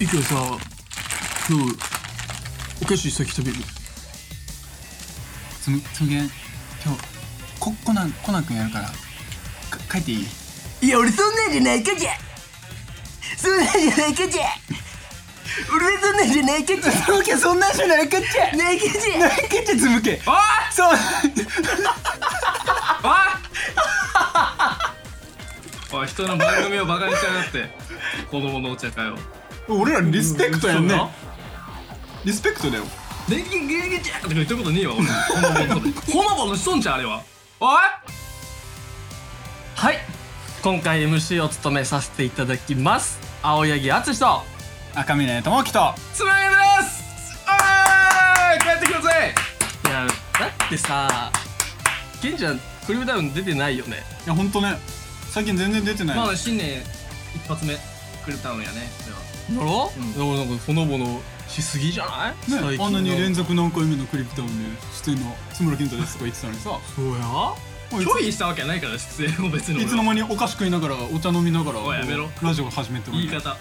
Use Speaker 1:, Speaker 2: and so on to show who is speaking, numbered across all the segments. Speaker 1: いくらさ今日お菓子先食べる
Speaker 2: つむつむげん今日こコナンコナン君やるからか帰っていい
Speaker 3: いや俺そんなんじゃないかじゃそんなんじゃないかじゃ俺はそんなんじゃないかじゃ
Speaker 2: つむけそんなんじゃないかっちゃ
Speaker 3: ないかじ
Speaker 2: な
Speaker 3: ゃ
Speaker 2: いかっちゃつむけああそう
Speaker 4: おい人の番組をバカにしやがって子供のお茶会を
Speaker 2: 俺らリスペクトやん
Speaker 4: そ
Speaker 2: ね
Speaker 4: うな
Speaker 2: リスペクトだよ
Speaker 4: 電気ゲーゲチャーとか言ってることねえわ俺ほのぼのとほのぼのしとんじゃんあれはおい
Speaker 5: はい今回 MC を務めさせていただきます青柳敦と
Speaker 2: 赤嶺智樹と
Speaker 4: つまげですおーい帰ってください
Speaker 5: いやだってさケンちゃんクリームダウン出てないよね
Speaker 2: いやほんとね最近全然出てない、
Speaker 4: まあ新年一発目くれたのやねそれは
Speaker 5: だろ、
Speaker 4: うん
Speaker 5: でもなんかほのぼのしすぎじゃない、
Speaker 2: ね、あんなに連
Speaker 5: 連
Speaker 2: 続何回目のクリプトンで出演の津村健太ですとか言ってたのにさ
Speaker 5: そうや
Speaker 2: もうい
Speaker 4: 拒
Speaker 2: つ
Speaker 4: 否したわけないから出演を別に
Speaker 2: いつ
Speaker 4: 俺
Speaker 2: の
Speaker 4: は
Speaker 2: 間にお菓子食いながらお茶飲みながら
Speaker 4: おいやめろ
Speaker 2: ラジオ始めても
Speaker 4: 言い
Speaker 2: らう
Speaker 4: 方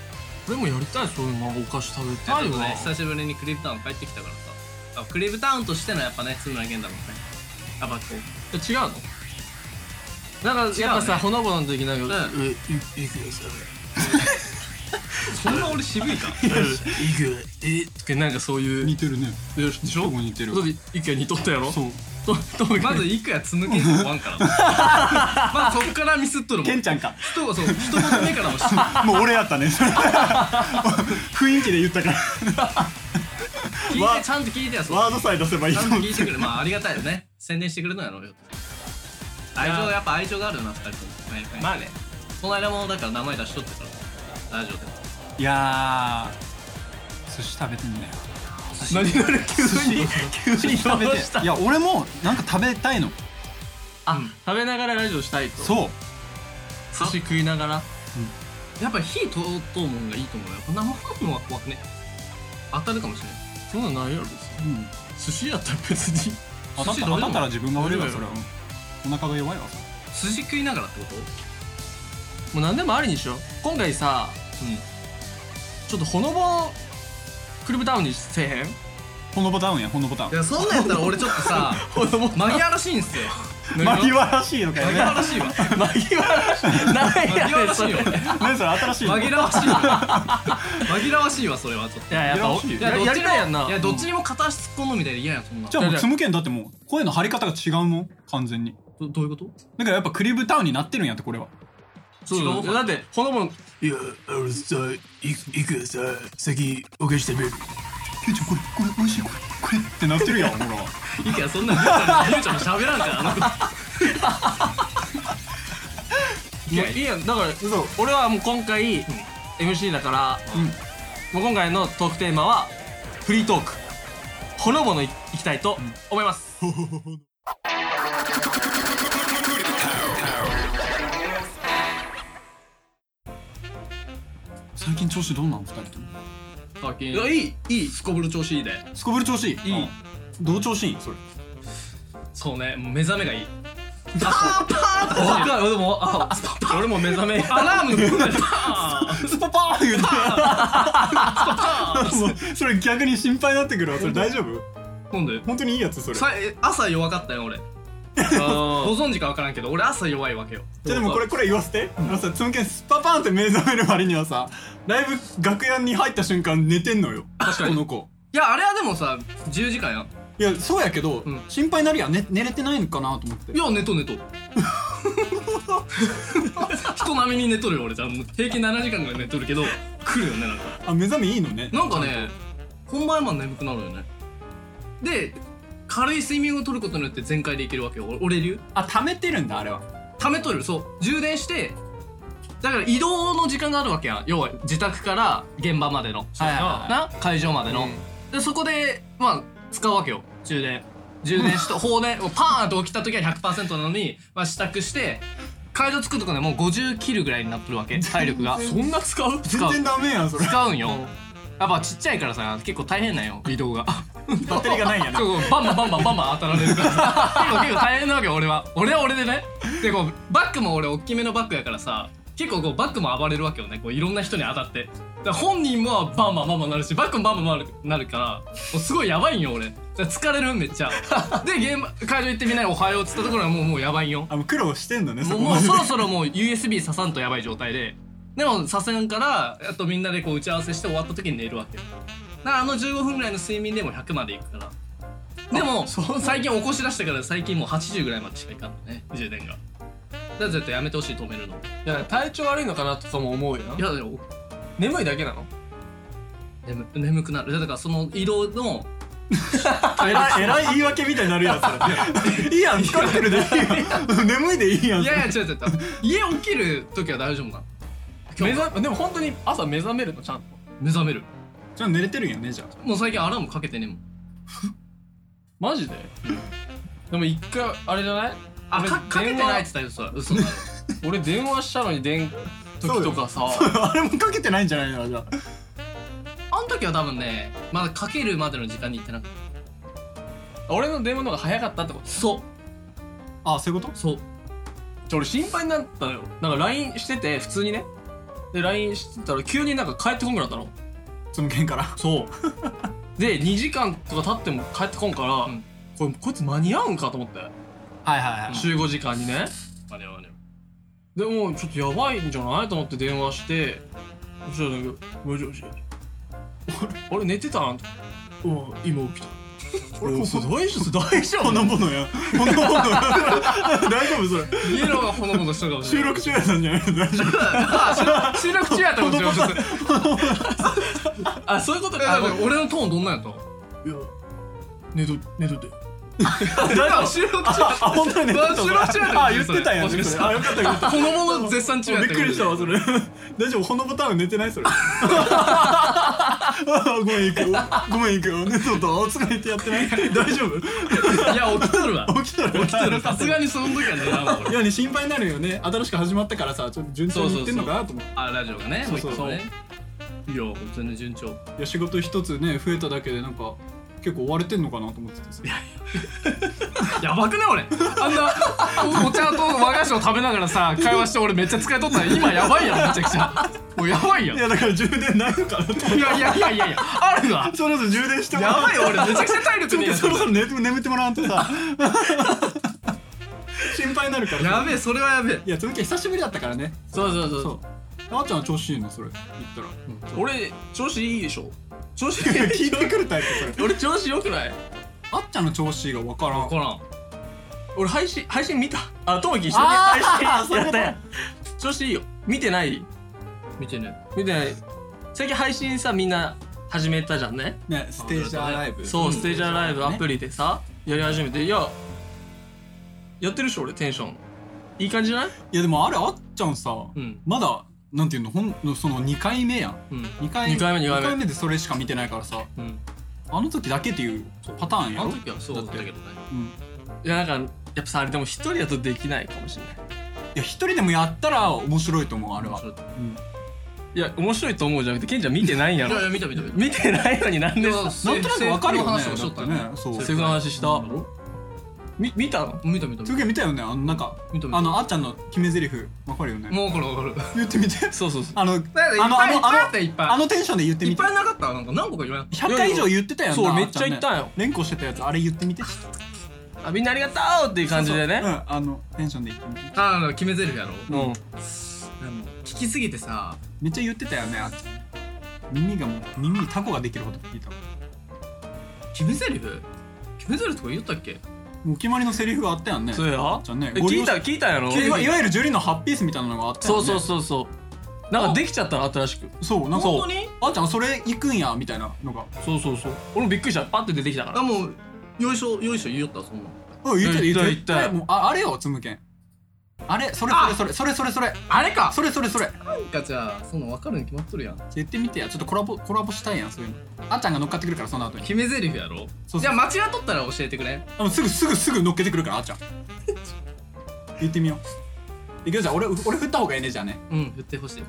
Speaker 5: 俺もやりたいそういうのお菓子食べ
Speaker 4: ちょ
Speaker 5: た
Speaker 4: っ
Speaker 5: い
Speaker 4: と
Speaker 5: わ、
Speaker 4: ね久しぶりにクリープタウン帰ってきたからさあクリープタウンとしてのやっぱね津村健太もねやっぱこう
Speaker 5: え違うのなんかやっぱさ、
Speaker 4: 違うね
Speaker 5: ほのぼのの時なんか、
Speaker 4: う
Speaker 1: えいいくらさ
Speaker 4: そんな俺渋いか
Speaker 1: いくらえ
Speaker 5: えなんかそういう
Speaker 2: 似てるね
Speaker 5: でし
Speaker 2: ど
Speaker 5: ょ
Speaker 2: こ似てる
Speaker 5: だって意見にとったやろ
Speaker 2: そう
Speaker 5: ととも
Speaker 4: まずいくやつぬけんとわん からまあそっからミスっとるもん
Speaker 2: 健ちゃんか
Speaker 4: 人がそう一言目からもし
Speaker 2: もう俺やったね 雰囲気で言ったから
Speaker 4: 聞いてちゃんと聞いてやそう
Speaker 2: ワードさえ出せばいい
Speaker 4: ち
Speaker 2: と
Speaker 4: ゃんと
Speaker 2: 思っ
Speaker 4: 聞
Speaker 2: て
Speaker 4: いてくれるまあありがたいよね宣伝してくれるのやろうよ愛情やっぱ愛情があるな二人ともね
Speaker 5: まあね
Speaker 4: この間もだから名前出しとったからラジオで
Speaker 2: いやー寿司食べてん だよ
Speaker 5: 何が急に急に食べて
Speaker 2: いや俺もなんか食べたいの
Speaker 5: あ食べながらラジオしたいと
Speaker 2: そう
Speaker 5: 寿司食いながら
Speaker 4: やっぱ火通っとうもんがいいと思うよ生ハムは怖くね当たるかもしれない
Speaker 5: そんなんないやろ別に
Speaker 2: うん
Speaker 5: 寿司やったら別に
Speaker 2: 当たっ
Speaker 4: 寿司
Speaker 2: た
Speaker 4: どうでも
Speaker 2: 当たったら自分が悪いわ
Speaker 4: どう
Speaker 2: そ
Speaker 4: で
Speaker 2: れ
Speaker 4: も
Speaker 2: はお腹が弱いわそれ
Speaker 4: 寿司食いながらってこと
Speaker 5: もう何でもありにしよう今回さ
Speaker 4: う
Speaker 5: ちょっとほのぼのクリームタウンにせえへん
Speaker 2: ほのぼタウンやほのぼタウ
Speaker 4: んいやそんなんやったら俺ちょっとさ
Speaker 5: ほのぼ
Speaker 4: 紛らわしいんすよ
Speaker 2: ン紛らわしいのかよ
Speaker 4: 紛
Speaker 2: ね
Speaker 4: らわしいわ
Speaker 5: 紛らわし い何や
Speaker 4: 紛ら
Speaker 5: ねん
Speaker 4: わし
Speaker 5: それ
Speaker 4: いよ
Speaker 2: 何それ新しいの
Speaker 4: 紛らわしいわ紛らわしいわそれはちょっ
Speaker 5: い
Speaker 4: と
Speaker 5: ややっぱお
Speaker 2: 紛
Speaker 4: い
Speaker 5: や
Speaker 4: どっちにも
Speaker 5: やりたいやんない
Speaker 4: やどっちにも片足突っ込んのみたいで嫌やんそんな
Speaker 2: じゃあもうつむけんだってもう声の張り方が違うもん完全に
Speaker 4: どどういうこと
Speaker 2: だからやっぱクリブタウンになってるんやってこれは
Speaker 5: そうだってほのぼの
Speaker 1: いや俺さいいくらさ先お菓子食べる
Speaker 2: ケイちゃんこれこれ美味しいこれこれってなってるやんほら
Speaker 4: いいからそんなのゆうちゃんも喋らんからな
Speaker 5: いやいいやんだから俺はもう今回 MC だから、もう今回のトークテーマはフリートークほのぼのいいきたいと思います、
Speaker 2: 最近調子どうなん二人とも
Speaker 4: 最近
Speaker 5: いやいいいい
Speaker 4: すこぶる調子いいです
Speaker 2: こぶる調子いい
Speaker 4: いい
Speaker 2: どう調子いいそれ
Speaker 4: そうねもう目覚めがいいあパーパーって
Speaker 5: かるでもあ俺も目覚め
Speaker 4: アラームの部分でパ
Speaker 2: スパパー言 うてそれ逆に心配になってくるわそれ大丈夫
Speaker 4: ーンなんで
Speaker 2: 本当にいいやつそれ
Speaker 4: さえ朝弱かったよ俺ご存知か分からんけど俺朝弱いわけよ
Speaker 2: じゃあでもこれこれ言わせて、あのさつむけんスパパーンって目覚める割にはさライブ楽屋に入った瞬間寝てんのよ
Speaker 4: 確かに
Speaker 2: この子
Speaker 4: いやあれはでもさ10時間やん
Speaker 2: いやそうやけど、
Speaker 4: うん
Speaker 2: 心配になるやん、ね、寝れてないのかなと思って
Speaker 4: いや寝と寝と 人並みに寝とるよ俺じゃんもう平均7時間ぐらい寝とるけど来るよねなんか
Speaker 2: あ目覚めいいのね
Speaker 4: なんかね本番まで眠くなるよねで軽い睡眠をとることによって全開でいけるわけよ俺俺流
Speaker 2: あ溜めてるんだあれは
Speaker 4: 溜めとるそう充電してだから移動の時間があるわけやん要は自宅から現場までの
Speaker 2: はいはい
Speaker 4: な会場までの、でそこでまあ使うわけよ充電充電して放電もうパーンと起きた時は100%なのに、まあ、支度して会場作るとかねもう50切るぐらいになってるわけ体力が
Speaker 5: そんな使う
Speaker 4: 使
Speaker 2: 全
Speaker 4: う
Speaker 2: 然ダメやんそれ
Speaker 4: 使うんよやっぱちっちゃいからさ結構大変なんよ移動が
Speaker 2: バッテリーがないんやね
Speaker 4: そうそうバンバンバンバンバンバン当たられるからさ結構結構大変なわけよ俺は俺は俺でねでこうバッグも俺大きめのバッグやからさ結構こうバッグも暴れるわけよねこういろんな人に当たってだから本人もバンバンバンバンなるしバッグもバンバンバンなるからもうすごいやばいんよ俺だから疲れるんめっちゃで現場会場行ってみんなに「おはよう」っつったところはもうもうやばいんよ
Speaker 2: あもう苦労してんのね
Speaker 4: も
Speaker 2: そうこ
Speaker 4: もう
Speaker 2: まで
Speaker 4: そろそろもう USB 刺さんとやばい状態ででも刺せんからあとみんなでこう打ち合わせして終わった時に寝るわけだからあの15分ぐらいの睡眠でも100までいくからでも最近起こし出してから最近もう80ぐらいまでしかいかんのね充電がだから絶対やめてほしい止めるの
Speaker 5: いや体調悪いのかなとかも思うよない
Speaker 4: やでも
Speaker 5: 眠いだけなの
Speaker 4: 眠眠くなるだからその移動の
Speaker 2: えらえらい言い訳みたいになるやついいやん疲れてるでいいやん眠いでいいやん
Speaker 4: いやいや違う違う違う家起きる時は大丈夫なの今
Speaker 5: 目
Speaker 4: 日
Speaker 5: 覚でも本当に朝目覚めるのちゃんと
Speaker 4: 目覚める
Speaker 2: じゃあ寝れてるんやねじゃあ
Speaker 4: もう最近アラームかけてねえもん
Speaker 5: マジででも一回あれじゃない
Speaker 4: あ
Speaker 5: 俺
Speaker 4: かかけてないって言ったよそれ 嘘だろ
Speaker 5: 電話俺電話したのに電時とかさ
Speaker 2: あれもかけてないんじゃないのじゃ
Speaker 4: あの時は多分ねまだかけるまでの時間に行ってなくて
Speaker 5: 俺の電話の方が早かったってこと
Speaker 4: そう
Speaker 2: ああそういうこと
Speaker 4: そう
Speaker 5: ちょ俺心配になったのよなんか LINE してて普通にねで LINE してたら急になんか帰ってこんくなったの
Speaker 2: その件から
Speaker 5: そう で2時間とか経っても帰ってこんから、
Speaker 4: ん
Speaker 5: これこいつ間に合うんかと思って
Speaker 2: はいはいは
Speaker 5: 集合時間にね
Speaker 4: あれはね
Speaker 5: でもうちょっとやばいんじゃないと思って電話してそしたらなんか「もしもしあれ寝てたん?」うん今起きた」 俺これ 大丈夫大丈
Speaker 2: ほ
Speaker 5: 夫
Speaker 2: のぼのやほのぼのや大丈夫それ
Speaker 4: 家の方がほのぼのしたかもし
Speaker 2: 収
Speaker 4: れない
Speaker 2: 録中やったんじゃないの大丈夫
Speaker 4: 収録中やったかもしれない
Speaker 5: あそういうこと
Speaker 4: えだ
Speaker 5: か
Speaker 4: って俺のトーンどんなんやった
Speaker 1: 寝と寝とって
Speaker 4: だから収録中
Speaker 2: あ本当にね
Speaker 4: うわ収録中やった
Speaker 2: あ言ってたんや
Speaker 4: もし
Speaker 2: ね
Speaker 4: かし
Speaker 2: そ
Speaker 4: たら
Speaker 2: れあよかったよかった
Speaker 4: ほのぼの絶賛中やっ
Speaker 2: びった
Speaker 4: けど
Speaker 2: くりしたわそ れ大丈夫ほのぼタウン寝てないそれあごめん行くよごめん行くよ寝とったお疲れてやってない大丈夫
Speaker 4: いや起きとるわ
Speaker 2: 起きとる起き
Speaker 4: 起きとるさすがにその時は寝たわ俺
Speaker 2: いやね心配になるよね新しく始まったからさちょっと順調にいってんのかなと思って
Speaker 4: あラジオがね
Speaker 2: そうそう
Speaker 4: も一個ねいや全然順調
Speaker 2: いや仕事一つね増えただけでなんか結構追われてんのかなと思っててさ
Speaker 4: やばくね俺あんなおお茶と和菓子を食べながらさ会話して俺めっちゃ疲れとったら今やばいやんめちゃくちゃもうやばいやん
Speaker 2: い
Speaker 4: いや
Speaker 2: やだから充電ないのかなと思って
Speaker 4: いやいやいやいやあるわ
Speaker 2: そろそろ充電してもら
Speaker 4: やばいよ
Speaker 2: よ
Speaker 4: 俺めちゃくちゃ体力ねえや
Speaker 2: そろそろ寝て眠ってもらわんと さ心配になるから
Speaker 4: つ
Speaker 2: さ
Speaker 4: やべえそれはやべえ
Speaker 2: いやつむき久しぶりだったからね
Speaker 5: そうそうそう
Speaker 2: そうあーちゃんは調子いいのそれ言ったら、
Speaker 5: 俺調子いいでしょ調子い
Speaker 2: いや
Speaker 5: い
Speaker 2: 聞いてくるタイプそれ
Speaker 5: 俺調子良くない
Speaker 2: あっちゃんの調子が分からん
Speaker 4: 分からん
Speaker 5: 俺配信配信見たあともき一緒に
Speaker 2: あー
Speaker 5: 配
Speaker 2: そ
Speaker 5: 信
Speaker 2: ういう
Speaker 5: や
Speaker 2: こ
Speaker 5: っ
Speaker 2: と
Speaker 5: たやん調子いいよ見てない
Speaker 4: 見てね
Speaker 5: 見てない最近配信さみんな始めたじゃんね
Speaker 2: ねステージアライブ
Speaker 5: そう、
Speaker 2: ん
Speaker 5: ステージアライブ
Speaker 2: ね
Speaker 5: アプリでさやり始めていややってるでしょ俺テンションいい感じじゃない
Speaker 2: いやでもあれあっちゃんさ、
Speaker 4: うん
Speaker 2: まだなんていうのほんその2回目やん
Speaker 4: うん
Speaker 2: 2回
Speaker 5: 二回目二回目
Speaker 2: 二でそれしか見てないからさ
Speaker 4: うん
Speaker 2: あの時だけっていうパターンや
Speaker 4: あ
Speaker 2: ろ
Speaker 4: の時はそうだったけどね
Speaker 2: うん、い
Speaker 5: いやなんかやっぱさあれでも一人だとできないかもしれない
Speaker 2: や一人でもやったら面白いと思うあれは
Speaker 4: 面白い
Speaker 5: いや面白いと思うじゃなくてケンちゃん見てないんや
Speaker 4: いやいや
Speaker 5: ろ
Speaker 4: 見た見た 見た
Speaker 5: 見てないのになんで
Speaker 4: いや
Speaker 5: さ
Speaker 2: なんとなくわかるよ
Speaker 4: 制服
Speaker 2: ね
Speaker 4: の話をしとったよ
Speaker 2: だってねそう
Speaker 5: セフの話したみ見たの
Speaker 4: 見た見た見
Speaker 2: す
Speaker 4: た
Speaker 2: げえ見たよねあのなんか
Speaker 4: 見た見た
Speaker 2: あのあっちゃんの決め台詞わかるよね
Speaker 4: もうこれ分かる
Speaker 2: 言ってみ て
Speaker 5: そうそうそう
Speaker 2: あの
Speaker 4: だから
Speaker 2: あのあ
Speaker 4: いっ
Speaker 2: の
Speaker 4: ぱいいっぱいあ
Speaker 2: あ
Speaker 4: ったよいっぱい
Speaker 2: のあのテンションで言って
Speaker 4: いっ
Speaker 2: みて
Speaker 4: ぱいなかったなんか何個か言わなかっ
Speaker 2: 100回以上言ってたよね
Speaker 5: そう
Speaker 2: あ
Speaker 5: め
Speaker 2: ちゃん
Speaker 5: っちゃ言ったんよ
Speaker 2: 連呼してたやつあれ言ってみてって
Speaker 5: あみんなありがとうっていう感じでね
Speaker 2: うんあのテンションで言ってみて
Speaker 4: たああ決め台詞やろ
Speaker 5: うん
Speaker 4: 聞きすぎてさ
Speaker 2: めっちゃ言ってたよねあっちゃん耳がもう耳にタコができるほど聞いた
Speaker 4: 決め台詞決め台詞とか言ったっけ
Speaker 2: もうお決まりのセリフがあったよね
Speaker 5: そうや
Speaker 2: じゃあね
Speaker 5: え
Speaker 2: ご
Speaker 5: 聞
Speaker 2: 利用
Speaker 5: い
Speaker 2: した
Speaker 5: 聞いたんやろ
Speaker 2: いわいわゆるジュリのハッピースみたいなのがあったよ
Speaker 5: そ
Speaker 2: ね
Speaker 5: うそうそうそうなんかできちゃったの新しく
Speaker 2: そうなんか
Speaker 5: 本
Speaker 4: 当に
Speaker 2: あっちゃんそれ行くんやみたいなのが
Speaker 5: そうそうそう俺もびっくりしたパッて出てきたから
Speaker 4: あもうよいしょよいしょ言いよったそんな
Speaker 2: うん言ってた
Speaker 5: 言
Speaker 2: 言
Speaker 5: っ
Speaker 2: ったてた
Speaker 5: 言った
Speaker 2: 絶対もうああれよつむけんあれそれそれそれそれそれそれ
Speaker 4: あれか
Speaker 2: それそれそれ
Speaker 4: なんかじゃあそんなん分かるに決まっとるやん
Speaker 2: 言ってみてやちょっとコラボコラボしたいやんそういうのあっちゃんが乗っかってくるからその後に
Speaker 4: 決め台詞やろ
Speaker 2: そう
Speaker 4: じゃあ間違っとったら教えてくれ
Speaker 2: あのすぐすぐすぐ乗っけてくるからあっちゃん言ってみよういくよじゃあ俺俺振った方がいいねじゃあね
Speaker 4: うん言ってほしい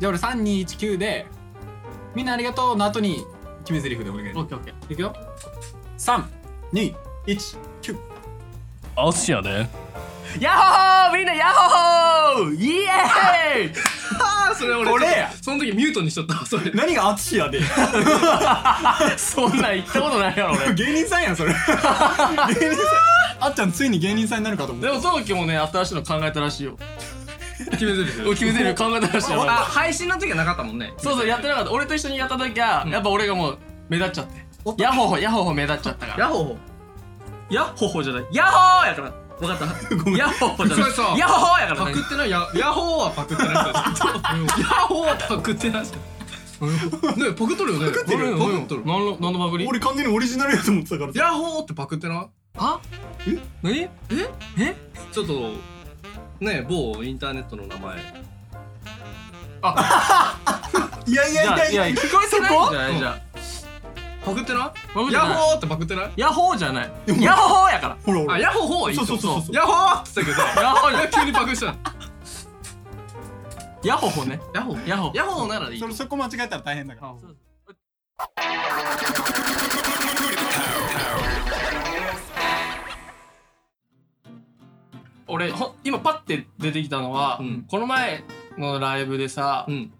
Speaker 2: じゃあ俺3219で「みんなありがとう」の後に決め台詞でお願い
Speaker 4: オッケーオッケー
Speaker 2: いくよ321 9
Speaker 4: アスやでヤッホーみんなヤッホーイエーイあーそれ俺
Speaker 2: これや
Speaker 4: その時ミュートにしとったわそれ
Speaker 2: 何が淳やで
Speaker 4: そんなん言ったことないやろ俺
Speaker 2: 芸人さんやんそれ芸人さんあっちゃんついに芸人さんになるかと思
Speaker 5: でもトウキもね新しいの考えたらしいよ
Speaker 4: 決めてる
Speaker 5: 俺決めてるよ考えたらしいよ
Speaker 4: あ配信の時はなかったもんね
Speaker 5: そうそうやってなかった俺と一緒にやった時は、やっぱ俺がもう目立っちゃってヤッホーホヤッホーホ目立っちゃったから
Speaker 4: ヤッホーホ
Speaker 5: ヤッホーホじゃないヤッホーやから分かったヤッホーホじゃない
Speaker 4: それさ
Speaker 5: ヤッホーやから
Speaker 4: パ
Speaker 5: ね
Speaker 4: クってないヤヤッホーはパクってない人ヤッホーはパクってない人ねパクっとるよねパクっ
Speaker 5: 俺の俺の何の何のパクリ
Speaker 2: う俺完全にオリジナルやと思ってたから
Speaker 4: ヤッホーってパクってない
Speaker 5: あ
Speaker 4: 何ええちょっとね某インターネットの名前
Speaker 2: いやい
Speaker 5: じゃあ
Speaker 2: やい
Speaker 5: いや
Speaker 2: やいや
Speaker 5: 聞こえてないんじゃないじ
Speaker 4: そこ
Speaker 5: ゃあ
Speaker 4: パクってな
Speaker 5: パクって
Speaker 4: い
Speaker 5: ない
Speaker 4: ヤッホーってパクってない
Speaker 5: ヤッホーじゃない
Speaker 2: も
Speaker 5: ヤッホーやから
Speaker 2: ほらほら
Speaker 4: あヤッホーホーはいい
Speaker 2: そうそうそううそう
Speaker 4: ヤッホーって言ったけど
Speaker 5: ヤッホーじゃない
Speaker 4: 急にパクした
Speaker 5: ヤッホーホね
Speaker 4: ヤッホー
Speaker 5: ヤッホー
Speaker 4: ヤッホーならいい
Speaker 2: それそこ間違えたら大変だから
Speaker 5: 俺ほん今パッて出てきたのは、
Speaker 4: うん
Speaker 5: この前のライブでさ、
Speaker 4: うん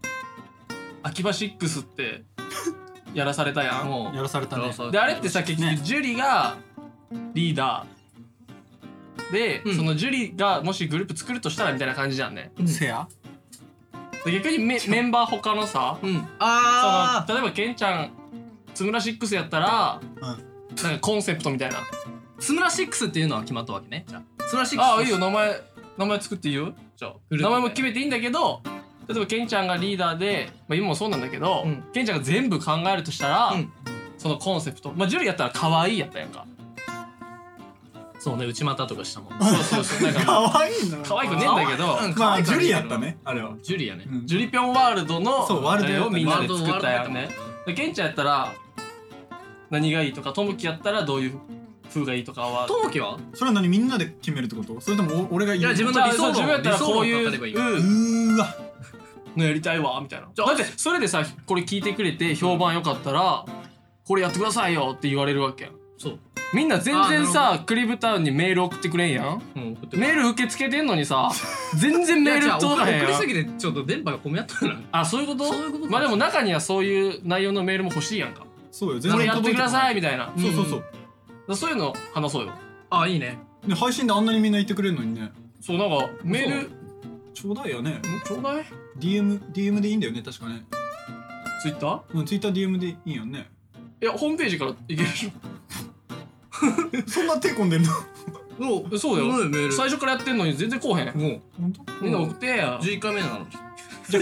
Speaker 5: 秋葉シックスってやらされたやん
Speaker 4: もう
Speaker 2: やらされたね
Speaker 5: であれってさ結局
Speaker 2: ね
Speaker 5: ジュリがリーダーで、
Speaker 4: うん
Speaker 5: そのジュリがもしグループ作るとしたらみたいな感じじゃんね
Speaker 2: せや
Speaker 5: で逆にメメンバー他のさ
Speaker 4: うん
Speaker 5: そ
Speaker 4: あ
Speaker 5: の例えばケンちゃんつむらシックスやったら、
Speaker 2: ん
Speaker 5: なんかコンセプトみたいな
Speaker 4: あつむらシックスっていうのは決まったわけねじゃあつむらシックス
Speaker 5: ああいいよ名前名前作っていいよじゃあ
Speaker 4: グループで
Speaker 5: 名前も決めていいんだけど例えばケンちゃんがリーダーで、まあ、今もそうなんだけど、
Speaker 4: うん
Speaker 5: ケンちゃんが全部考えるとしたら、
Speaker 4: うん
Speaker 5: そのコンセプトまあジュリやったら可愛いやったやんか
Speaker 4: そうね内股とかしたもん
Speaker 5: そうそうそう なんかまあ
Speaker 2: かわいいな
Speaker 5: 可愛くねえんだけど、
Speaker 4: うん
Speaker 2: まあジュリやったねあれは
Speaker 4: ジュリアね
Speaker 2: うん
Speaker 5: ジュリピョンワールドの
Speaker 2: そうワールド
Speaker 5: あれをみんなで作ったやん
Speaker 4: ワー
Speaker 5: ねでケンちゃんやったら何がいいとかトムキやったらどういう風がいいとかは
Speaker 4: トモキは
Speaker 2: それは何みんなで決めるってことそれともお俺が言う
Speaker 4: いや自分
Speaker 5: じゃあ
Speaker 4: 理想論
Speaker 5: 自分やったらこう
Speaker 4: 理想論を語ればいいう
Speaker 2: う
Speaker 5: うん
Speaker 2: ーわ
Speaker 5: のやりたいわみたいなだってそれでさこれ聞いてくれて評判良かったら、これやってくださいよって言われるわけやん
Speaker 4: そう
Speaker 5: みんな全
Speaker 4: あーな
Speaker 5: 然
Speaker 4: るほど
Speaker 5: さクリブタウンにメール送ってくれんやん
Speaker 4: うん送って
Speaker 5: メール受け付けてんのにさ全然メール通らへん
Speaker 4: いやじゃあ送り
Speaker 5: や
Speaker 4: す
Speaker 5: ん
Speaker 4: ぎてちょっと電波が混み合ったな
Speaker 5: あそういうこと
Speaker 4: そういうことか
Speaker 5: まあでも中にはそういう内容のメールも欲しいやんか
Speaker 2: そうよ全
Speaker 5: これや
Speaker 2: 然
Speaker 5: って
Speaker 2: 届い
Speaker 5: く
Speaker 2: て
Speaker 5: だ
Speaker 2: こ
Speaker 5: さ
Speaker 2: ない
Speaker 5: いみたいな
Speaker 2: そうそうそう
Speaker 5: そういうの話そうよ
Speaker 4: あいいね
Speaker 2: で配信であんなにみんな言ってくれるのにね
Speaker 5: そうなんかメール
Speaker 2: ちょうだいよね
Speaker 5: んちょうだい
Speaker 2: DM, DM でいいんだよね確かね
Speaker 5: ツイッター
Speaker 2: うん TwitterDM でいいよね
Speaker 5: いやホームページからいけるでし
Speaker 2: そんな手込んでんの
Speaker 4: も
Speaker 5: ょそうだよ
Speaker 4: メール
Speaker 5: 最初からやってんのに全然こうへん
Speaker 4: も
Speaker 2: 本当
Speaker 5: みんな送ってや
Speaker 4: う11回目なのに
Speaker 5: 11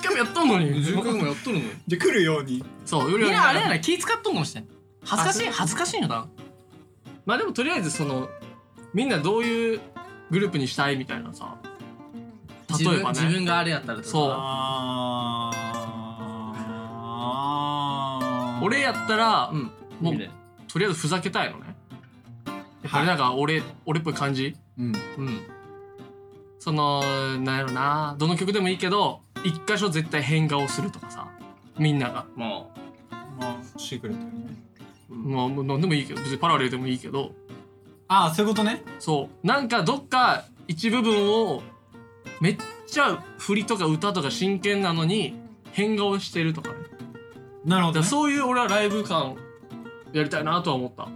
Speaker 5: 回もやったのに
Speaker 4: 11回目もやっとるのよ
Speaker 2: じゃあ来るように
Speaker 5: そう、より
Speaker 4: みん
Speaker 5: は
Speaker 4: なあれやな気使っとんかもしれん恥ずかしい恥ずかしいよな
Speaker 5: まあでもとりあえずその、みんなどういうグループにしたいみたいなさ。例えば
Speaker 4: 自分自
Speaker 5: ね。
Speaker 4: 分があれやったら
Speaker 5: そう
Speaker 2: あー
Speaker 5: 俺やったら、
Speaker 4: うん
Speaker 5: もう
Speaker 4: いいね
Speaker 5: とりあえずふざけたいのね。やっぱりなんか俺、俺っぽい感じ
Speaker 2: うん
Speaker 5: うん。その、なんやろな。どの曲でもいいけど、一箇所絶対変顔するとかさ。みんなが。
Speaker 4: も
Speaker 2: まあシークレットよね
Speaker 5: もう、もう何でもいいけど、別にパラレルでもいいけど、
Speaker 2: ああそういうことね
Speaker 5: そう。なんかどっか一部分を、めっちゃ振りとか歌とか真剣なのに、変顔してるとかね。
Speaker 2: なる
Speaker 5: だか
Speaker 2: ほど、
Speaker 5: ら
Speaker 2: ね、
Speaker 5: そういう俺はライブ感やりたいなとは思った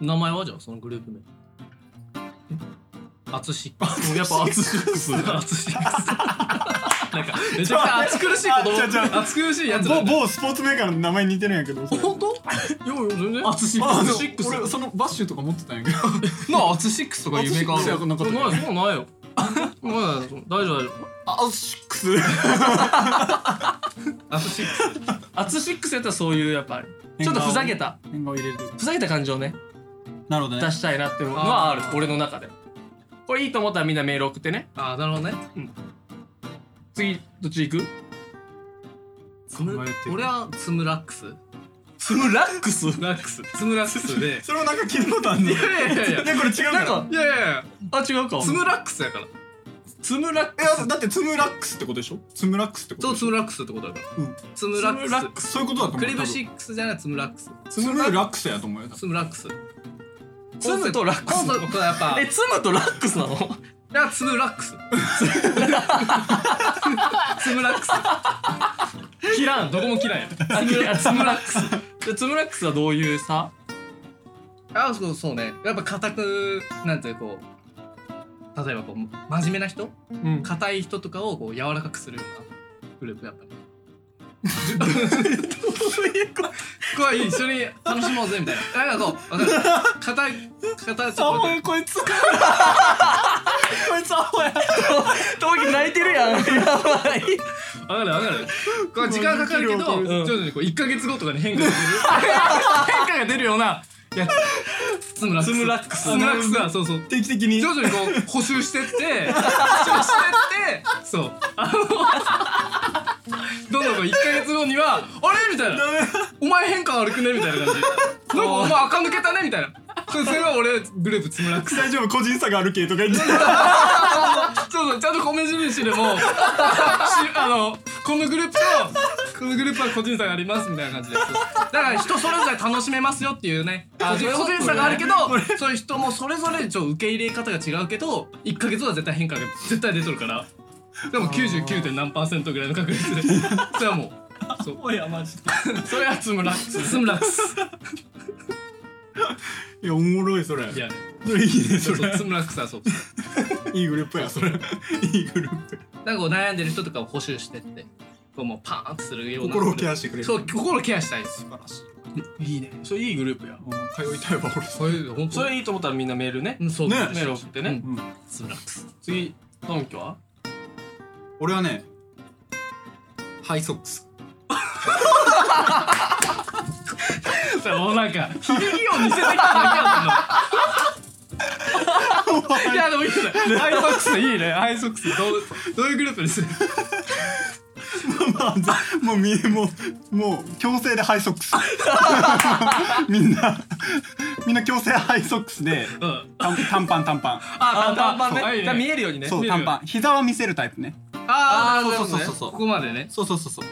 Speaker 4: う名前はじゃあそのグループ名 あつ し
Speaker 5: もうやっぱ熱シックス
Speaker 4: あつしなんかめちゃくちゃ暑苦しい子
Speaker 2: あじゃあじ
Speaker 4: 供暑苦しいやつ
Speaker 2: 某某スポーツメーカーの名前似てるんやけどそれ
Speaker 5: 本当よいよ全然
Speaker 2: あシ
Speaker 5: まあ
Speaker 2: ックス俺そのバッシュとか持ってたんやけど
Speaker 4: なあつし6とか夢があ
Speaker 2: アツシック
Speaker 4: る
Speaker 2: スやなかった
Speaker 5: ないそうないよないよ大丈夫大丈夫
Speaker 2: あシックス
Speaker 4: あつし
Speaker 5: アツシックスやったらそういうやっぱりちょっとふざけた
Speaker 2: 変顔入れる
Speaker 5: ふざけた感情をね
Speaker 2: なるほど
Speaker 5: 出したいなっていうのはある
Speaker 4: あー
Speaker 5: 俺の中でこれいいと思ったらみんなメール送ってね
Speaker 4: あなるほどね
Speaker 5: 次どっち行く
Speaker 4: つむ
Speaker 2: 考えてる
Speaker 4: 俺はつむラックス
Speaker 5: スムラックス
Speaker 4: ラックスつむラックスで
Speaker 2: それもなんか聞いたことあんねい
Speaker 4: いやいやいや
Speaker 2: やこれ違
Speaker 5: な
Speaker 2: う
Speaker 5: ん
Speaker 2: から
Speaker 5: か
Speaker 4: いやいやいや
Speaker 5: あ違うか
Speaker 4: つむラックスやから
Speaker 5: つむラック
Speaker 2: いやだってツムラックスってことでしょツムラックスってこと
Speaker 4: そう
Speaker 2: でし
Speaker 4: つ
Speaker 2: ょ
Speaker 4: むラックスってことだから
Speaker 2: うん
Speaker 4: つむラック
Speaker 5: つむ
Speaker 4: ス
Speaker 5: ラック
Speaker 2: そういうことだと思う
Speaker 4: クリブ
Speaker 2: 多分
Speaker 4: シックスじゃないつむラックス
Speaker 2: ツムラックスやと思うよ多分
Speaker 4: つむラックス
Speaker 5: ツムとラック
Speaker 4: コ
Speaker 5: ス
Speaker 4: ンセプトはやっぱ
Speaker 5: えツムとラックスなの
Speaker 4: いやツムラックスツムラックス
Speaker 5: キラン
Speaker 4: どこも嫌いや
Speaker 5: あキランツムラックスでツムラックスはどういうさ
Speaker 4: あそうそうねやっぱ固くなんていうこう例えばこう真面目な人
Speaker 5: うん
Speaker 4: 硬い人とかをこう柔らかくするようなグループやっぱりどういうことこれ一緒に楽しもうぜみたいななんかこうわかる硬い硬いちょっと
Speaker 2: 青
Speaker 4: 待って
Speaker 2: いこいつこいつ青や
Speaker 5: 陶器泣いてるやんやばい
Speaker 4: わかるわかる。これ時間かかるけど、
Speaker 5: ん
Speaker 4: 徐々にこう一ヶ月後とかに変化が出る。変化が出るようなやつ。ツムラックス。
Speaker 5: ツムラックス
Speaker 4: ツムラックスがそうそう。
Speaker 2: 定期的に
Speaker 4: 徐々にこう補修してって、補修してって、そう。あの、どんどんこう一ヶ月後には、あれみたいな。お前変化悪くねみたいな 感じ。なんかお前垢抜けたねみたいな。それそれは俺グループツムラック ス。
Speaker 2: 大丈夫個人差がある系とか言って
Speaker 4: そうそう、ちゃんと米印でも、しあの、このグループと、このグループは個人差がありますみたいな感じです。だから人それぞれ楽しめますよっていうね、個人個人差があるけど、そういう人もそれぞれちょっと受け入れ方が違うけど、1ヶ月後は絶対変化が絶対出とるから、でも 99. 点何パーセントぐらいの確率で、それはもう、そう。
Speaker 2: いやマジで
Speaker 4: それはツムラックス。ツムラックス。
Speaker 2: いやおもろいそれ
Speaker 4: いや、
Speaker 2: それいいね
Speaker 4: そ
Speaker 2: そう
Speaker 4: そう
Speaker 2: れ
Speaker 4: ツムラックスはそう。
Speaker 2: いいグループやそれいいグループ
Speaker 4: なんかこう悩んでる人とかを補修してって、こうもうパーンとするような。
Speaker 2: 心をケアしてくれる
Speaker 4: そう、心をケアしたいです。
Speaker 2: 素晴らしい
Speaker 5: いいねそれいいグループや
Speaker 2: うん通いたいわ俺
Speaker 4: そういう、本当
Speaker 5: それいいと思ったらみんなメールね
Speaker 4: うん、そう
Speaker 2: ね
Speaker 5: メール送ってね、
Speaker 4: うん
Speaker 2: うん
Speaker 4: ツムラックス。
Speaker 5: 次トンキは
Speaker 2: 俺はねハイソックス
Speaker 4: もうなんか、響きを見せてきただけやんの。いや、でもいいね。アイソックスいいね。アイソックス。どう、どういうグループにする
Speaker 2: まあざもうみもうもう強制でハイソッ クスみんなみんな強制ハイソックスで
Speaker 4: うん。
Speaker 2: 短短パン短パン
Speaker 5: あ短パン
Speaker 4: そうあい
Speaker 5: ね
Speaker 4: いね
Speaker 5: じゃあ見えるようにね
Speaker 2: そう
Speaker 4: 見る
Speaker 2: 短パン膝は見せるタイプね
Speaker 4: あ
Speaker 5: あー
Speaker 4: ー、そうそ
Speaker 5: な
Speaker 4: う
Speaker 5: るほどね
Speaker 4: そうそう。ここまでね。
Speaker 2: そうそうそうそう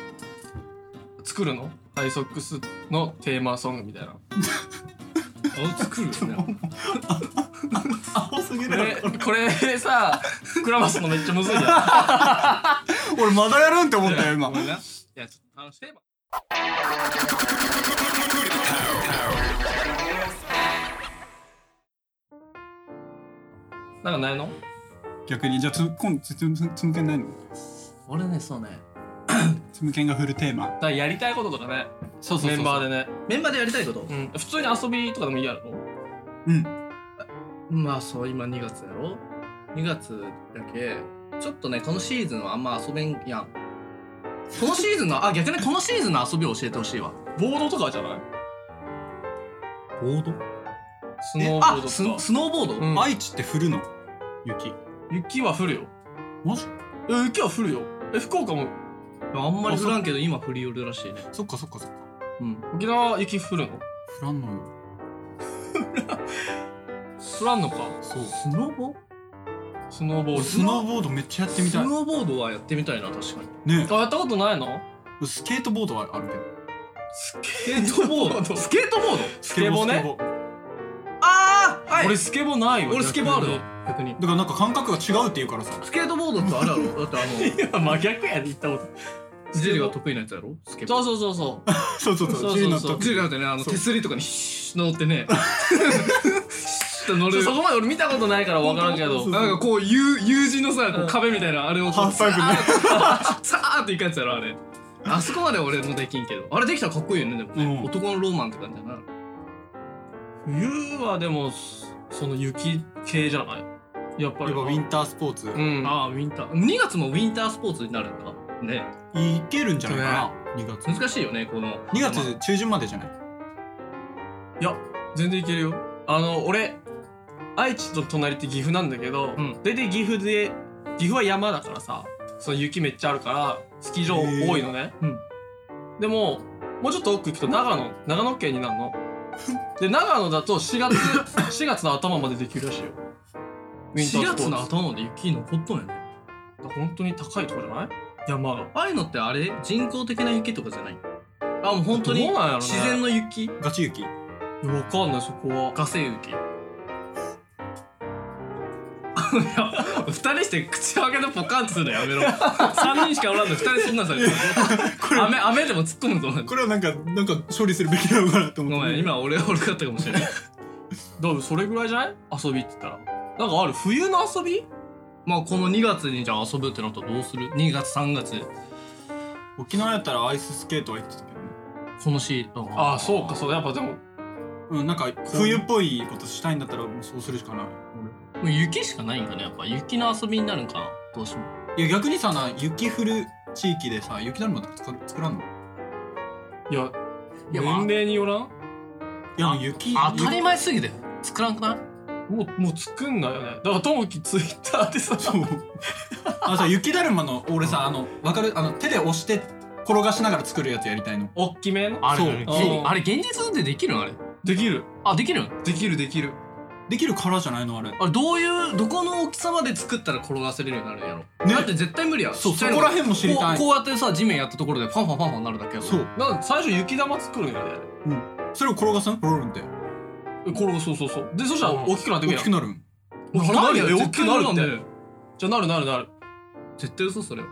Speaker 5: 作るのハイソックスのテーマソングみ たいな
Speaker 4: あ、作る ね。
Speaker 2: 青すぎ
Speaker 5: こ
Speaker 2: る
Speaker 5: れこれさ膨らますのめっちゃむずい やん
Speaker 2: 俺まだやるんって思ったよ今
Speaker 4: ごめんな。いや、ちょっと楽しい。
Speaker 5: なんかないの
Speaker 2: 逆にじゃあつ今つつつつむけんないの
Speaker 5: 俺ねそうね
Speaker 2: つむけんがフルテーマ
Speaker 5: だからやりたいこととかね
Speaker 4: そう
Speaker 5: メンバーでね、
Speaker 4: メンバーでやりたいこと
Speaker 5: うん、普通に遊びとかでもいいやろ
Speaker 2: うん
Speaker 4: まあ、そう、今2月やろ ?2 月だけ、ちょっとね、このシーズンはあんま遊べんやん。このシーズンの、あ、逆にこのシーズンの遊びを教えてほしいわ。
Speaker 5: ボードとかじゃない
Speaker 4: ボード
Speaker 5: スノーボード
Speaker 4: あ
Speaker 5: とか
Speaker 4: ススノーボード、
Speaker 5: うん
Speaker 2: 愛知って降るの雪
Speaker 5: 雪は降るよ
Speaker 2: マジ
Speaker 5: え雪は降るよえ福岡も
Speaker 4: あんまり降らんけど今降り寄るらしいね
Speaker 2: そっかそっかそっか
Speaker 4: うん
Speaker 5: 沖縄雪降るの
Speaker 2: 降らんのよ
Speaker 5: 降らんのか
Speaker 2: そう
Speaker 4: スノボ
Speaker 5: スノーボー
Speaker 2: 俺
Speaker 5: ド
Speaker 2: スノーボードめっちゃやってみ
Speaker 4: ス
Speaker 2: たい
Speaker 4: ノーボードはやってみたいな確かに
Speaker 2: ね
Speaker 5: あやったことないの
Speaker 2: えスケートボードはあるけど
Speaker 4: スケートボードスケートボード
Speaker 2: ス
Speaker 5: ケボね
Speaker 2: ケボだか
Speaker 4: ああは
Speaker 5: 俺スケボーないわ
Speaker 4: 俺スケボーあるよ
Speaker 5: 逆に
Speaker 4: 逆に
Speaker 2: らなんか感覚が違うって言うからさ
Speaker 4: スケートボードってあれやろだってあの
Speaker 5: いや真逆やで言ったこ
Speaker 4: ジェリが得意なやつやろスケボー
Speaker 5: とそうそうそうそう
Speaker 2: そうそう
Speaker 5: そうそう
Speaker 2: そ
Speaker 5: そうう
Speaker 2: ジ
Speaker 4: ジ
Speaker 2: ュリナと
Speaker 4: ェリだってねあの手すりとかにシュッ乗って ねシュッと乗
Speaker 5: ちょ
Speaker 4: る
Speaker 5: そこまで俺見たことないから分からんけど
Speaker 2: そう
Speaker 4: なんかこう友友人のさこう
Speaker 5: うん
Speaker 4: 壁みたいなあれをこ
Speaker 2: ハ
Speaker 4: う
Speaker 2: ーフパイプね
Speaker 4: ザーっていくやつやろあれあそこまで俺もできんけどあれできたらかっこいいよねでもね、
Speaker 2: うん
Speaker 4: 男のローマンって感じだな
Speaker 5: 冬はでもその雪系じゃないやっぱり
Speaker 2: やっぱウィンタースポーツ、
Speaker 5: うん
Speaker 4: ああウィンター2月もウィンタースポーツになるんだね
Speaker 2: いけるんじゃないかな2月
Speaker 4: 難しいよねこの
Speaker 2: 2月中旬までじゃない
Speaker 5: 全然いけるよあの俺愛知と隣って岐阜なんだけど、
Speaker 4: うん
Speaker 5: 大体岐阜で岐阜は山だからさその雪めっちゃあるからスキー場
Speaker 2: へー
Speaker 5: 多いのね、
Speaker 4: うん
Speaker 5: でももうちょっと奥行くと長野長野県になるので長野だと4月4月の頭までできるらしいよウィンタ
Speaker 4: 4
Speaker 5: ースポー
Speaker 4: 月
Speaker 5: ツ
Speaker 4: の頭まで雪残っとんやね
Speaker 5: 本当に高いとこじゃない山が
Speaker 4: ああいうのってあれ人工的な雪とかじゃないあもう本当に
Speaker 5: どうなんやろね
Speaker 4: 自然の雪
Speaker 2: ガチ 雪
Speaker 5: いやわかんないそこは
Speaker 4: ガセ雪2人して口開けてポカンとするのやめろ3人しかおらんの2人そんなんされて雨雨でも突っ込むぞ
Speaker 2: これはなんかなんか処理するべきなのかなと思
Speaker 4: ご
Speaker 2: っ
Speaker 4: めん
Speaker 2: て
Speaker 4: 今俺が悪かったかもしれない
Speaker 5: だからそれぐらいじゃない遊びって言ったらなんかある冬の遊び
Speaker 4: まあこの2月にじゃあ遊ぶってなったらどうする2月3月
Speaker 2: 沖縄やったらアイススケートは行ってたけどね
Speaker 4: このシーン
Speaker 5: ああそうかそうやっぱでも
Speaker 2: うんなんか冬っぽいことしたいんだったらもうそうするしかない
Speaker 4: もう雪しかないんかねやっぱ雪の遊びになるんかなどうしても
Speaker 2: いや逆にさな雪降る地域でさ雪だるまとか作作らんの
Speaker 5: いや
Speaker 4: いやまあ
Speaker 5: 年齢によらん
Speaker 2: いや雪
Speaker 4: 当たり前すぎて作らんくない
Speaker 5: もうもう作んないよねだからともきツイッターでさ
Speaker 2: そうあのさ雪だるまの俺さあのわかるあの手で押して転がしながら作るやつやりたいの
Speaker 5: おっきめの
Speaker 4: あれ
Speaker 2: そう
Speaker 4: あ
Speaker 5: あ
Speaker 4: れ
Speaker 5: ー
Speaker 4: あれ現実でできるのあれ
Speaker 5: できる
Speaker 4: あできる
Speaker 5: できるできる
Speaker 2: できるからじゃないのあれ
Speaker 4: あれどういうどこの大きさまで作ったら転がせれるようになるんやろ、
Speaker 2: ね
Speaker 4: だって絶対無理や
Speaker 2: そう
Speaker 4: ちっち
Speaker 2: そ
Speaker 4: ゃいの
Speaker 2: こら辺も知りたい
Speaker 4: こうこうやってさ地面やったところでファンファンファンファンなるだけやろ
Speaker 2: そう
Speaker 5: なんか最初雪玉作るんやね
Speaker 2: それを転がすのロールンって
Speaker 5: これがそうそうそうでそしたら大きくなってく
Speaker 2: 大
Speaker 5: やん
Speaker 2: きくなるん
Speaker 5: 大きくなるよ
Speaker 4: よ
Speaker 5: 大きくなるって
Speaker 4: ね
Speaker 5: じゃあなるなるなる
Speaker 4: 絶対嘘それは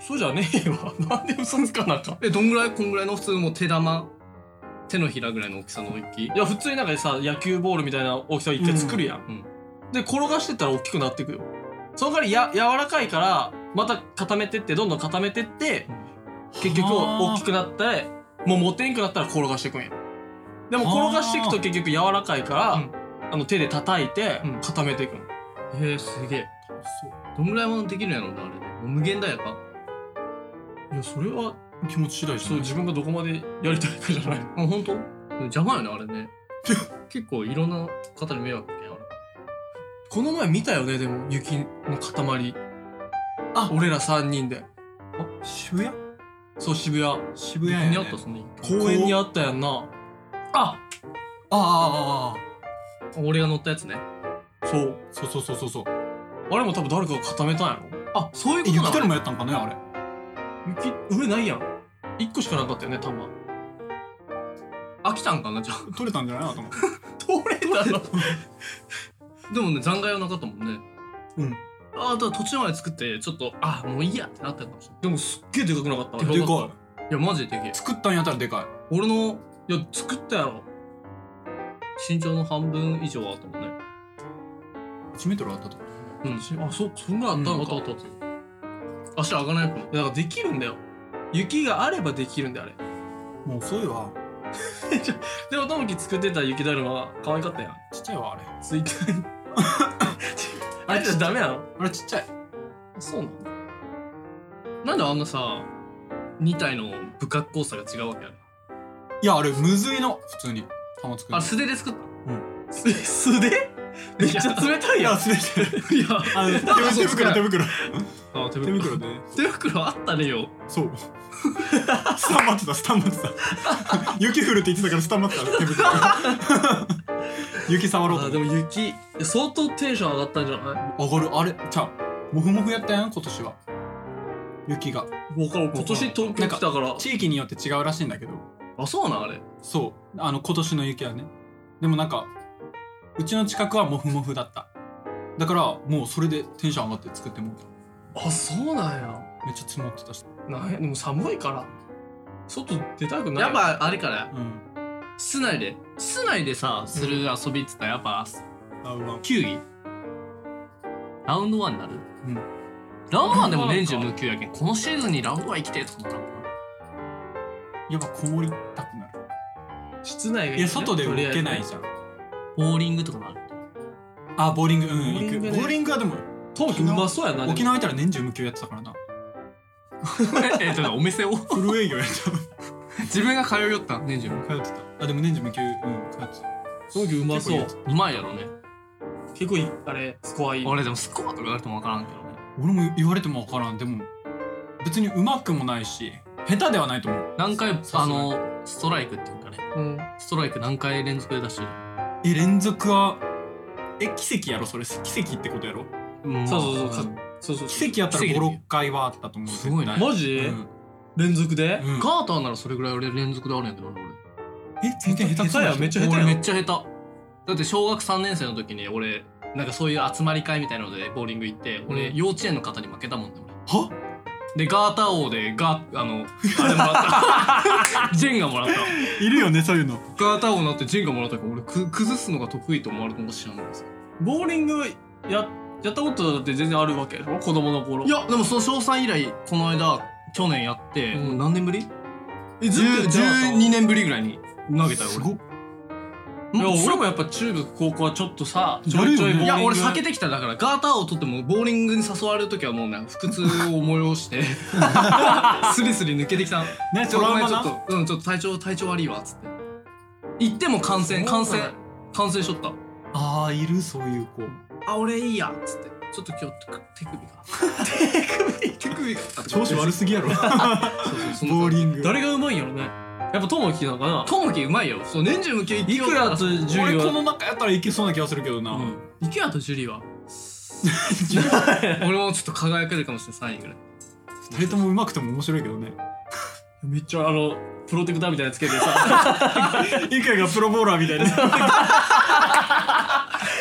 Speaker 5: そうじゃねえわ なんで嘘つかなあかん
Speaker 4: えどんぐらいこんぐらいの普通の手玉手のひらぐらいの大きさの雪
Speaker 5: いや普通になんかさ野球ボールみたいな大きさを一回作るやん、
Speaker 4: うんうん
Speaker 5: で転がしてったら大きくなっていくよその代わりや柔らかいからまた固めてってどんどん固めてって、結局
Speaker 2: はあ
Speaker 5: 大きくなってもう持てんくなったら転がしていくんやでも転がしていくと結局柔らかいから、
Speaker 4: うん
Speaker 5: あの手で叩いて
Speaker 4: うん
Speaker 5: 固めていくの、
Speaker 4: えー、すげえどんぐらいもできるんやろうなあれもう無限大やか
Speaker 5: いやそれは
Speaker 2: 気持ち次第じゃ
Speaker 5: そう
Speaker 2: ない
Speaker 5: 自分がどこまでやりたいかじゃない
Speaker 4: あ本当邪魔よねあれ ね結構いろんな方に迷惑かけんや
Speaker 5: この前見たよねでも雪の塊
Speaker 2: あ
Speaker 5: 俺ら3人で
Speaker 2: 渋谷
Speaker 5: そう渋谷
Speaker 2: 渋谷
Speaker 4: あ
Speaker 2: や
Speaker 4: れ
Speaker 2: ね
Speaker 4: にあったその
Speaker 5: 公園にあったやんなあ
Speaker 2: ああああああ
Speaker 4: 俺が乗ったやつね
Speaker 5: そう
Speaker 2: そうそうそうそうそう
Speaker 5: あれも多分誰かが固めたんやろ
Speaker 4: あそういう
Speaker 2: え
Speaker 4: こと
Speaker 2: 雪
Speaker 4: な
Speaker 2: だ
Speaker 4: の
Speaker 2: るまやったんかねあれ
Speaker 5: 雪上ないやん1個しかなかったよね玉
Speaker 4: 飽きたんかなじゃあ
Speaker 2: 取れたんじゃないなと思って
Speaker 5: 取れたの
Speaker 4: でもね残骸はなかったもんね
Speaker 2: うん
Speaker 4: ああとは途中まで作ってちょっとあもういいやってなったかもしれ
Speaker 5: でもすっげえでかくなかったあれ
Speaker 4: で
Speaker 2: で
Speaker 4: かか
Speaker 2: か
Speaker 4: ないいやマジででけえ
Speaker 2: い作ったんやったらでかい
Speaker 5: 俺のいや作ったやろ
Speaker 4: 身長の半分以上はあったもんね
Speaker 2: 1メートルあったと
Speaker 4: うん
Speaker 5: しあそそんなあった
Speaker 4: あ
Speaker 5: の
Speaker 4: った
Speaker 5: か、
Speaker 4: あったあった足上がらないか
Speaker 5: い
Speaker 4: も
Speaker 5: やだからできるんだよ雪があればできるんだよあれ
Speaker 2: もう遅いわ
Speaker 5: でもともき作ってた雪だるまは可愛かったやん
Speaker 2: ちっちゃいわあれ
Speaker 5: ツイッターにあれじゃダメなの
Speaker 2: あれちっちゃい
Speaker 5: そうなの
Speaker 4: なんであんなさ2体の部格交差が違うわけやね
Speaker 2: いやあれむずいの普通に玉作る
Speaker 4: あ
Speaker 2: の
Speaker 4: れ素手で作った
Speaker 5: す素手めっちゃ冷たい
Speaker 2: い
Speaker 5: や
Speaker 2: や
Speaker 5: ん
Speaker 2: 滑ってる
Speaker 4: いや
Speaker 2: あの手袋手袋
Speaker 4: あ手
Speaker 2: 手
Speaker 4: 袋
Speaker 2: 袋で
Speaker 4: 手袋あったねよ
Speaker 2: そうスタンバってたスタンバってた雪降るって言ってたからスタンバってた手袋雪触ろうと
Speaker 5: あ
Speaker 2: 思
Speaker 5: で
Speaker 2: っ
Speaker 5: も雪相当テンション上がったんじゃない
Speaker 2: て上がるあれじゃあもふもふやったやん今年は雪が
Speaker 5: 僕は今年東京来たから
Speaker 2: 地域によって違うらしいんだけど
Speaker 4: あそうなんあれ
Speaker 2: そうあの今年の雪はねでもなんかうちの近くはもふもふだっただからもうそれでテンション上がって作ってもらっ
Speaker 5: あそうなんや
Speaker 2: ためっちゃ積もってたし
Speaker 5: なんやでも寒いから外出たくない
Speaker 4: やっぱあれから
Speaker 2: うん
Speaker 4: 室内で室内でさする遊びっつったらやっぱ
Speaker 2: あうわ
Speaker 4: 球技ラウンドワンになる
Speaker 2: うん
Speaker 4: ラウンドワンでも年中無休やけんこのシーズンにラウンドワン行きてえと思ったもんな
Speaker 2: やっぱこもりたくなる
Speaker 5: 室内がいい、ね、
Speaker 2: いや外で動けない
Speaker 5: と
Speaker 2: じゃん
Speaker 4: ボーリングとかもある
Speaker 2: あボーリングうん
Speaker 5: ボーリング
Speaker 2: 行
Speaker 5: ね
Speaker 2: くボーリングはでも
Speaker 5: りあえずねトム君うまそうやなでも
Speaker 2: 沖縄いたら年中無休やってたからな
Speaker 4: えっとお店を
Speaker 2: フル営業やってた
Speaker 4: 自分が通いよった年中無
Speaker 2: 通ってたあでも年中無休うん通ってた
Speaker 5: トム君うまそう
Speaker 2: 結構
Speaker 4: 休うまいやろね
Speaker 5: 結構いいあれスコアいい
Speaker 4: 俺でもスコアとか言われても分からんけどね
Speaker 2: 俺も言われても分からんでも別にうまくもないし下手ではないと思う
Speaker 4: 何回
Speaker 2: すが
Speaker 4: あのストライクっていうかね
Speaker 5: うん
Speaker 4: ストライク何回連続で出してる
Speaker 2: え連続はえ奇跡やろそれ奇跡ってことやろ
Speaker 5: そうそうそう
Speaker 4: ま
Speaker 5: そうそう
Speaker 2: 奇跡やったら
Speaker 4: 奇跡
Speaker 2: 56回はあったと思う
Speaker 4: すごいね
Speaker 2: 絶対
Speaker 5: マジ、
Speaker 2: うん
Speaker 5: 連続で、
Speaker 2: うん
Speaker 4: あガーターならそれぐらい俺連続であるんやけどな俺
Speaker 2: え全然下手くそ
Speaker 5: 下手やめっちゃ
Speaker 4: 俺
Speaker 5: やん
Speaker 4: めっちゃ下手だって小学3年生の時に俺なんかそういう集まり会みたいなのでボーリング行って俺幼稚園の方に負けたもんね俺
Speaker 2: は
Speaker 4: でガータ王でガあ のあれもらったジェンガもらった
Speaker 2: いるよねそういうの
Speaker 4: ガータ王になってジェンガもらったから俺く崩すのが得意と思われるのか知らないです
Speaker 5: ボーリングややったことだって全然あるわけでしょ子供の頃
Speaker 4: いやでもその賞賛以来この間去年やって、
Speaker 5: うん
Speaker 4: もう何年ぶり
Speaker 5: えずっとやってなかった
Speaker 4: 12年ぶりぐらいに投げたよ俺
Speaker 5: いや俺もやっぱ中学高校はちょっとさち
Speaker 2: や
Speaker 5: ょ
Speaker 2: る
Speaker 5: い
Speaker 2: よね
Speaker 5: ちょいボーリング
Speaker 4: いや俺避けてきただからガーターを取ってもボーリングに誘われる時はもうなんか 腹痛を催してスリスリ抜けてきた
Speaker 2: ね
Speaker 4: ちょごめんちょっとうんちょっと体調体調悪いわっつって行っても感染感染感染しとった
Speaker 2: ああいるそういう子
Speaker 4: あ俺いいやっつってちょっと今日手首が手首手首が
Speaker 2: 調子悪すぎやろ
Speaker 4: そうそうそ
Speaker 2: ボー
Speaker 4: ン
Speaker 2: リング
Speaker 5: 誰がうまいんやろねやっぱ友樹なのかな
Speaker 4: トモキうまいよそう年中無休
Speaker 5: いくらと重
Speaker 6: 俺こ
Speaker 5: 要
Speaker 6: の中やったらいけそうな気がするけどな、
Speaker 4: 池谷とジュリー は俺もちょっと輝けるかもしれない3位ぐらい
Speaker 2: 二人とも上手くても面白いけどね
Speaker 5: めっちゃあのプロテクターみたいなのつけてさ
Speaker 2: イカがプロボーラーみたいな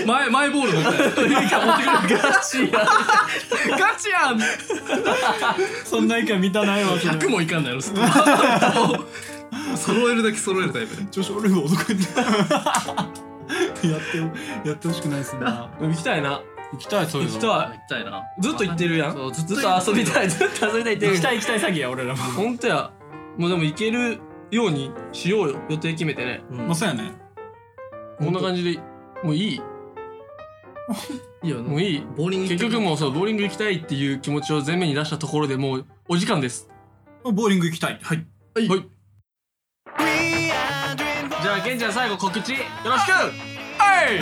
Speaker 4: マイマイボールみたいな
Speaker 5: ガチや
Speaker 4: ガチやん
Speaker 2: そんなイカ見たないわ それ
Speaker 4: 100もいかんないろスト揃えるだけ揃えるタイプで
Speaker 2: 調子悪いわ男に やってやってほしくないっすな
Speaker 5: 行きたいな
Speaker 6: 行きたいそうい
Speaker 5: 行
Speaker 6: うの
Speaker 5: きた
Speaker 4: 行きたいない
Speaker 5: ずっと行ってるや
Speaker 4: そ
Speaker 5: ん
Speaker 4: うずっと
Speaker 5: ずっと遊びたいずっと遊びたいって
Speaker 6: 行きたい行きたい詐欺や俺らも
Speaker 5: ほんとやもうでも行けるようにしようよ予定決めてね
Speaker 6: まあそうやね
Speaker 5: こんな感じでもういい
Speaker 4: いいよ
Speaker 5: もういい
Speaker 4: ボーリング
Speaker 5: 結局もうそうボーリング行きたいっていう気持ちを前面に出したところでもうお時間です
Speaker 6: ボーリング行きたいはい
Speaker 5: はい、じゃあケンちゃん最後告知よろしくはい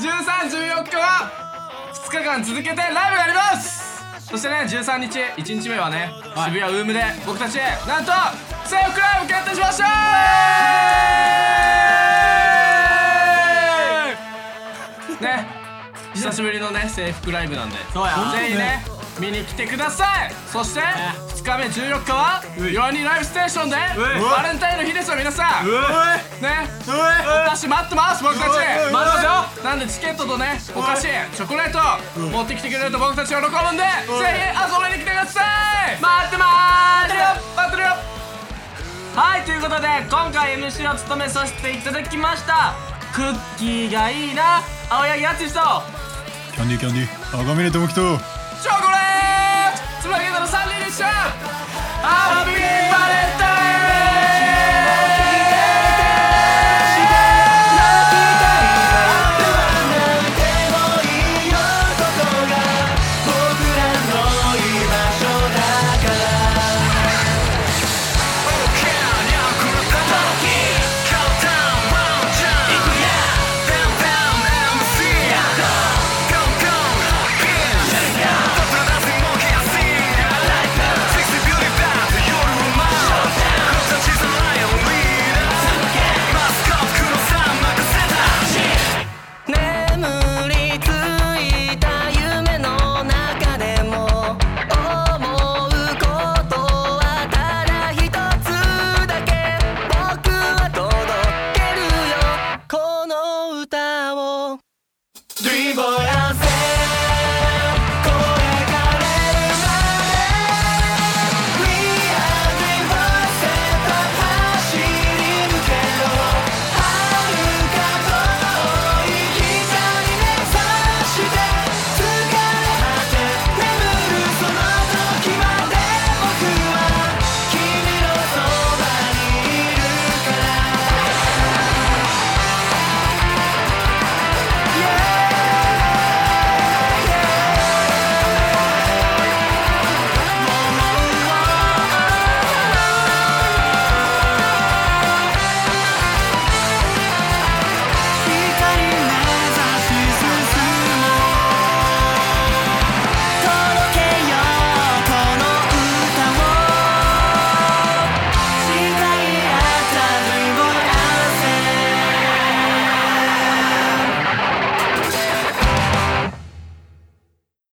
Speaker 5: 13、14日は2日間続けてライブがありますそしてね13日1日目はね、渋谷ウームで僕たちなんとセーフクライブ決定しましたね久しぶりのね制服ライブなんで
Speaker 6: うや
Speaker 5: ぜひね見に来てくださいそして2日目14日は4人ライブステーションでバレンタインの日ですよ皆さんね私待ってます僕たち待ってますよなんでチケットとねお菓子チョコレート持ってきてくれると僕たち喜ぶんでぜひ遊びに来てください待ってまーす待ってるよはいということで今回 MC を務めさせていただきましたクッキーがいいな青柳敦史と
Speaker 2: キャンディーキャンディー赤峰智樹と
Speaker 5: チョコレートつまげたの3人でしたハッピーバレンタイン